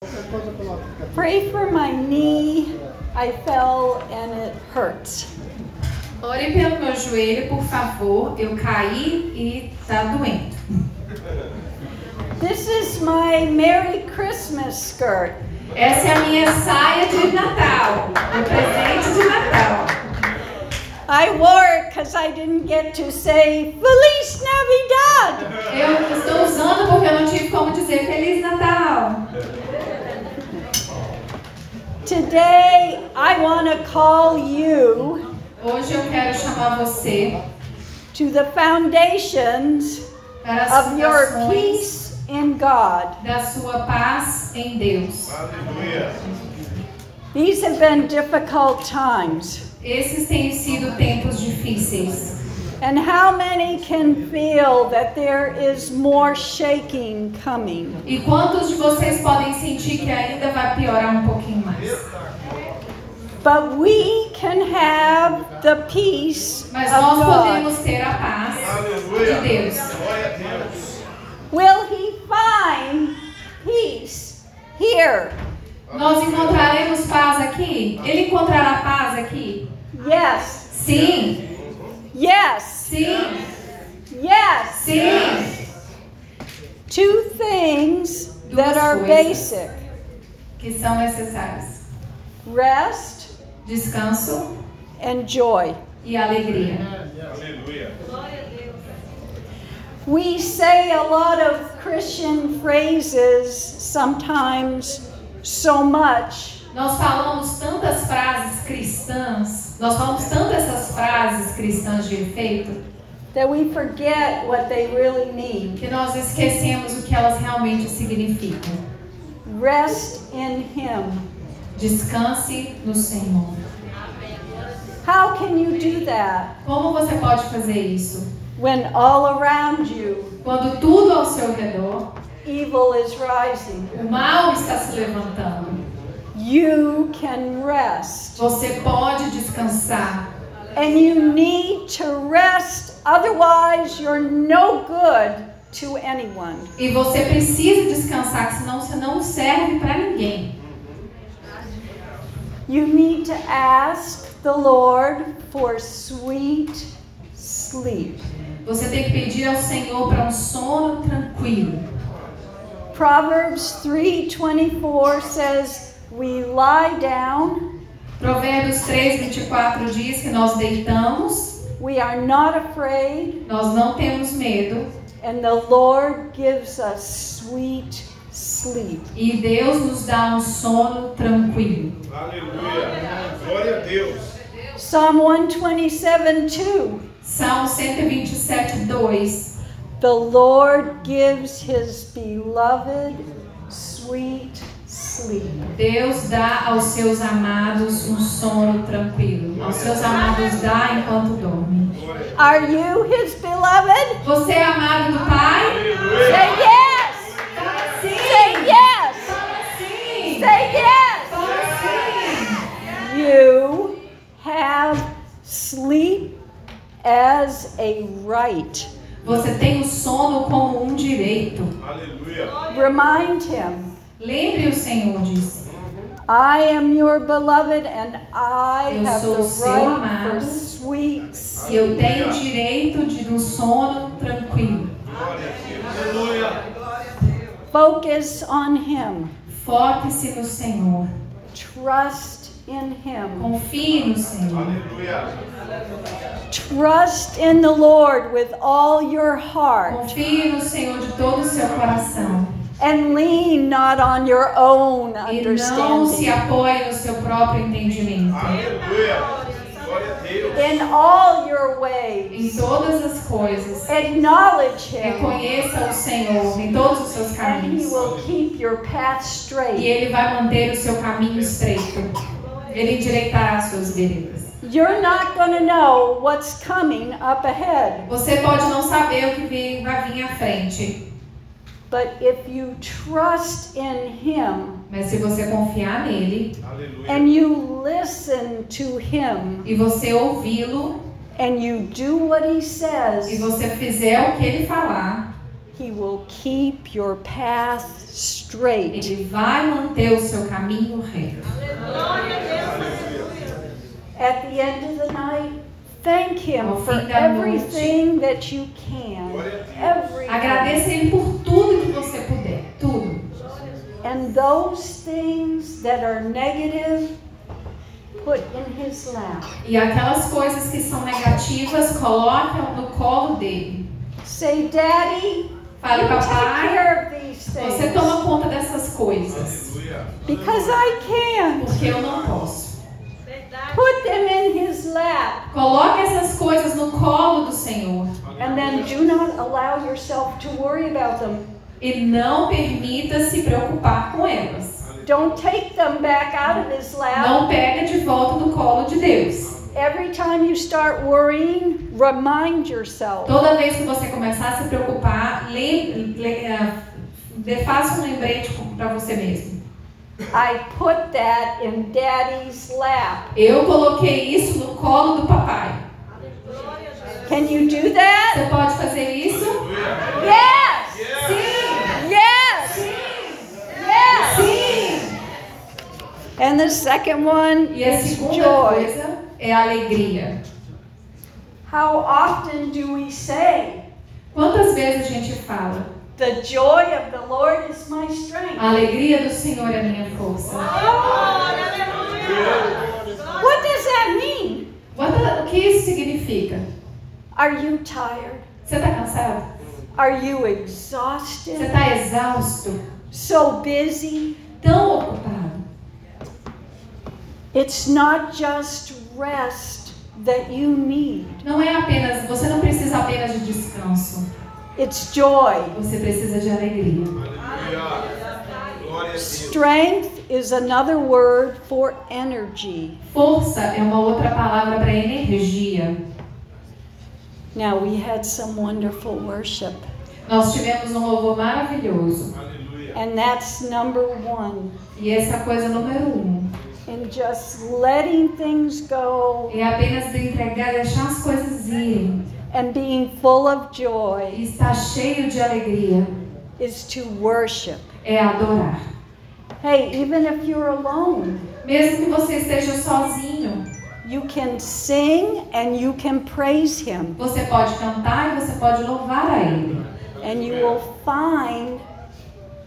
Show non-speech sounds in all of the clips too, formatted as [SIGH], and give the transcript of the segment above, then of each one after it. coisa pela. Pray for my knee. I fell and it hurt. Ore pelo meu joelho, por favor. Eu caí e tá doendo. This is my Merry Christmas skirt. Essa é a minha saia de Natal. Meu presente de Natal. I wore it because I didn't get to say Feliz Navidad. Eu estou usando porque eu não tive como dizer Feliz Natal. Today, I want to call you Hoje eu quero chamar você to the foundations para as of your fundações peace in God. da sua paz em Deus. Aleluia. These have been difficult times. Esses têm sido tempos difíceis. And how many can feel that there is more shaking coming? E quantos de vocês podem sentir que ainda vai piorar um pouquinho mais? But we can have the peace of Mas nós God. podemos ter a paz Aleluia. de Deus. Glória a Deus. Will He find peace here? Nós encontraremos paz aqui? Ele encontrará paz aqui? Yes, Sim, yes, sim, yes. sim. Two things that are Duas coisas. basic Que são necessários: rest descanso and joy. e alegria. Aleluia. We say a lot of Christian phrases, sometimes so much, Nós falamos tantas frases cristãs, nós falamos tantas essas frases cristãs de efeito, that we forget what they really mean. que nós esquecemos o que elas realmente significam. Rest in Him. Descanse no Senhor. How can you do that Como você pode fazer isso? when all around you Quando tudo ao seu redor, evil is rising? o mal está se levantando. You can rest. Você pode descansar. And you need to rest, otherwise, you're no good to anyone. E você precisa descansar, que senão você não serve para ninguém. You need to ask the Lord for sweet sleep. Você tem que pedir ao Senhor para um sono tranquilo. Proverbs 3:24 says, "We lie down, Provérbios 3, 24 diz que nós deitamos, we are not afraid, nós não temos medo and the Lord gives us sweet sleep." e Deus nos dá um sono tranquilo. Aleluia. Glória a Deus. Psalm 127:2 Salmo 127, 2. The Lord gives his beloved sweet sleep. Deus dá aos seus amados um sono tranquilo. Aos seus amados dá enquanto dormem. Are you his beloved? Você é amado do Pai? Say yes! Fala Say sim! yes! Fala sim! Say yes! Fala sim! You have sleep as a right. Você tem o sono como um direito. Aleluia. Remind him, Lembre o Senhor disso. I am your beloved and I Eu have sou the seu right for amado. sweet sleep. E eu tenho o direito de um sono tranquilo. Glória a Deus. Aleluia. Focus on him. Foque-se no Senhor. Trust in him. Confie no Senhor. Aleluia. Trust in the Lord with all your heart Confie no Senhor de todo o seu coração. and lean not on your own E não se understanding. apoie no seu próprio entendimento. Aleluia. Glória a Deus. In all your Em ways, todas as coisas, acknowledge Him, reconheça o Senhor em todos os seus and He caminhos. will keep your path E straight. Ele vai manter o seu caminho estreito. Ele endireitará as suas veredas. You're not going to know what's coming up ahead, Você pode não saber o que vem- vai vir à frente, but if you trust in Him mas se você confiar nele Aleluia. and you listen to Him e você ouvi-lo and you do what He e says, você fizer o que ele falar, He will keep your path straight. Ele vai manter o seu caminho reto. At the end of the night, thank Him for everything that you can. Everything. Agradeça Ele por tudo que você puder. Tudo. And those things that are negative, put in His lap. E aquelas coisas que são negativas, coloca no colo dele. Say, Daddy, Fale, you take papai, care of these você things. toma conta dessas coisas. Aleluia. Because I can. Porque eu não posso. Put them in His lap. Coloque essas coisas no colo do Senhor. And then do not allow yourself to worry about them. E não permita se preocupar com elas. Don't take them back out of His lap. Não pega de volta do colo de Deus. Every time you start worrying, remind yourself Toda vez que você começar a se preocupar, lem- le- ah, de- faça um lembrete para você mesmo. I put that in Daddy's lap. Eu coloquei isso no colo do papai. Can you do that? Você pode fazer isso? Aleluia. Yes! Sim! Yes! Yes! Sim! And the second one E a is segunda joy. coisa é a alegria. How often do we say, Quantas vezes a gente fala, The joy of the Lord is my strength? a alegria do Senhor é a minha força? What does that mean? Quanta- o que isso significa? Are you tired? Você está cansado? Are you Você exhausted? está exausto? So busy? Tão ocupado? It's not just rest that you need, Não é apenas, você não precisa apenas de descanso. it's joy. Você precisa de alegria. Aleluia. Glória a Deus. Strength is another word for energy. Força é uma outra palavra para energia. Now, we had some wonderful worship, Nós tivemos um louvor maravilhoso. Aleluia. and that's number one. E essa é a coisa número um. And just letting things go É apenas de entregar, deixar as coisas irem. and being full of joy E estar cheio de alegria. is to worship. É adorar. Hey, even if you're alone, Mesmo que você esteja sozinho, you can sing and you can praise Him, você pode cantar e você pode louvar a Ele. and you will find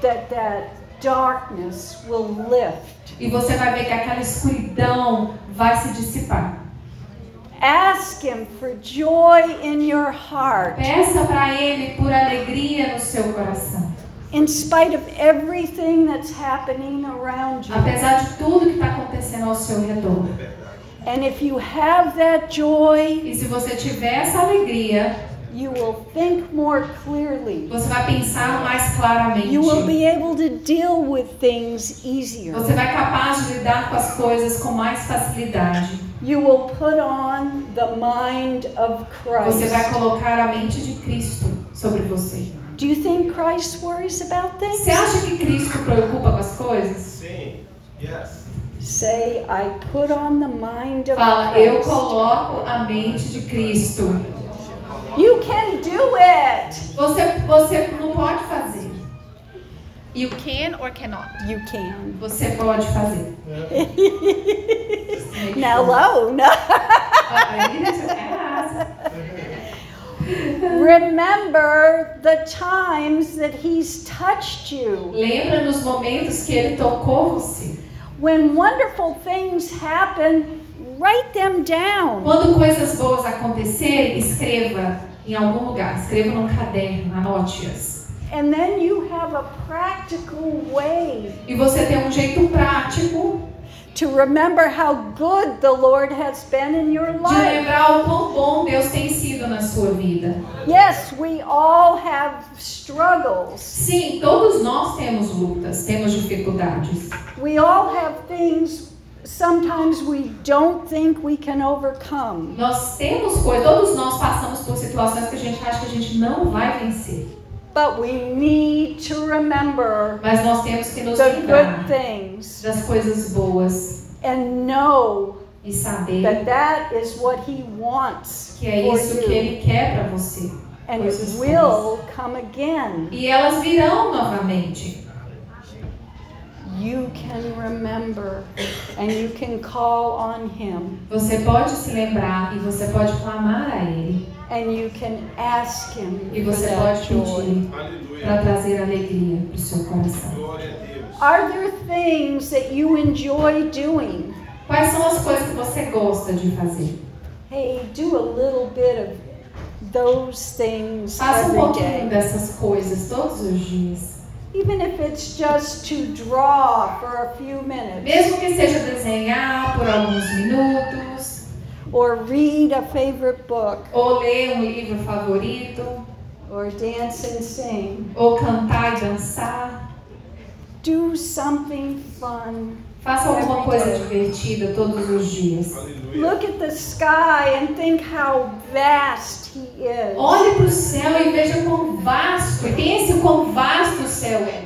that that darkness will lift. E você vai ver que aquela escuridão vai se dissipar. Ask Him for joy in your heart, Peça para Ele por alegria no seu coração. in spite of everything that's happening around you. Apesar de tudo que está acontecendo ao seu redor. And if you have that joy, E se você tiver essa alegria, You will think more clearly. você vai pensar mais claramente. You will be able to deal with things easier. Você vai capaz de lidar com as coisas com mais facilidade. You will put on the mind of Você vai Christ. colocar a mente de Cristo sobre você. Do you think Christ worries about things? Você acha que Cristo preocupa com as coisas? Sim. Yes. Say, I put on the mind of Fala, eu Christ. coloco a mente de Cristo. You can do it. Você, você não pode fazer. You can or cannot. You can. [LAUGHS] Você pode fazer. Now, low. No. Aprenda a jogar. Remember the times that He's touched you. Lembra nos momentos que ele tocou você. When wonderful things happen, write them down. Quando coisas boas acontecerem, escreva em algum lugar. Escreva num caderno, anote-as. And then you have a practical way E você tem um jeito prático to remember how good the Lord has been in your de life. lembrar o quão bom Deus tem sido na sua vida. Yes, we all have struggles. Sim, todos nós temos lutas, temos dificuldades. We all have things sometimes we don't think we can overcome. Nós temos coisas, todos nós passamos por situações que a gente acha que a gente não vai vencer. But we need to remember Mas nós temos que nos the good lembrar things das coisas boas and know e saber É. that that is what He wants que é isso for que you. ele quer para você. and coisas it ruins. will come again. E elas virão novamente. You can remember and you can call on Him Você pode se lembrar e você pode clamar a Ele. and you can ask Him E for você that pode joy. pedir para Aleluia. trazer alegria para o seu coração. Glória a Deus. Are there things that you enjoy doing? Quais são as coisas que você gosta de fazer? Hey, do a little bit of those things Faça um every pouquinho day. dessas coisas todos os dias. Even if it's just to draw for a few minutes Mesmo que seja desenhar por alguns minutos, or read a favorite book ou ler um livro favorito, or dance and sing. ou cantar e dançar. Do something fun. Faça alguma coisa divertida todos os dias. Aleluia. Look at the sky and think how vast he is. Olhe para o céu e veja quão vasto, e pense o quão vasto o céu é.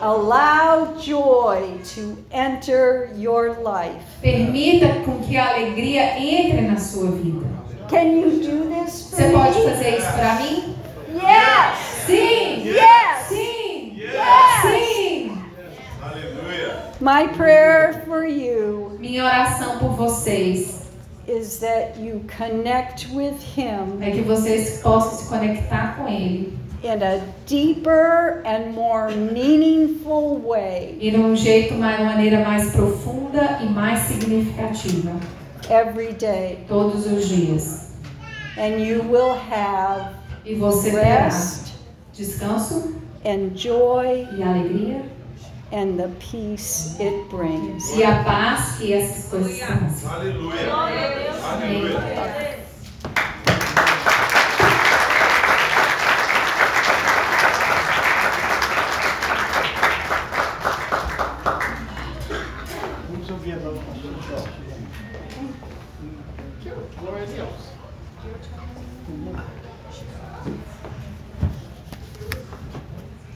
Allow joy to enter your life. Permita com que a alegria entre na sua vida. Can you do this for Você pode me? fazer isso para mim? Yes! Sim! Yes! Sim! Yes! Sim! Aleluia. My prayer for you Minha oração por vocês is that you connect with him é que vocês possam se conectar com Ele in a deeper and more meaningful way e de um jeito, uma maneira mais profunda e mais significativa every day. todos os dias. And you will have E você terá rest descanso and joy e alegria and the peace it brings. e a paz que essas coisas trazem. Aleluia. Amém. Aleluia. Vamos ouvir a nossa pastora. Glória a Deus.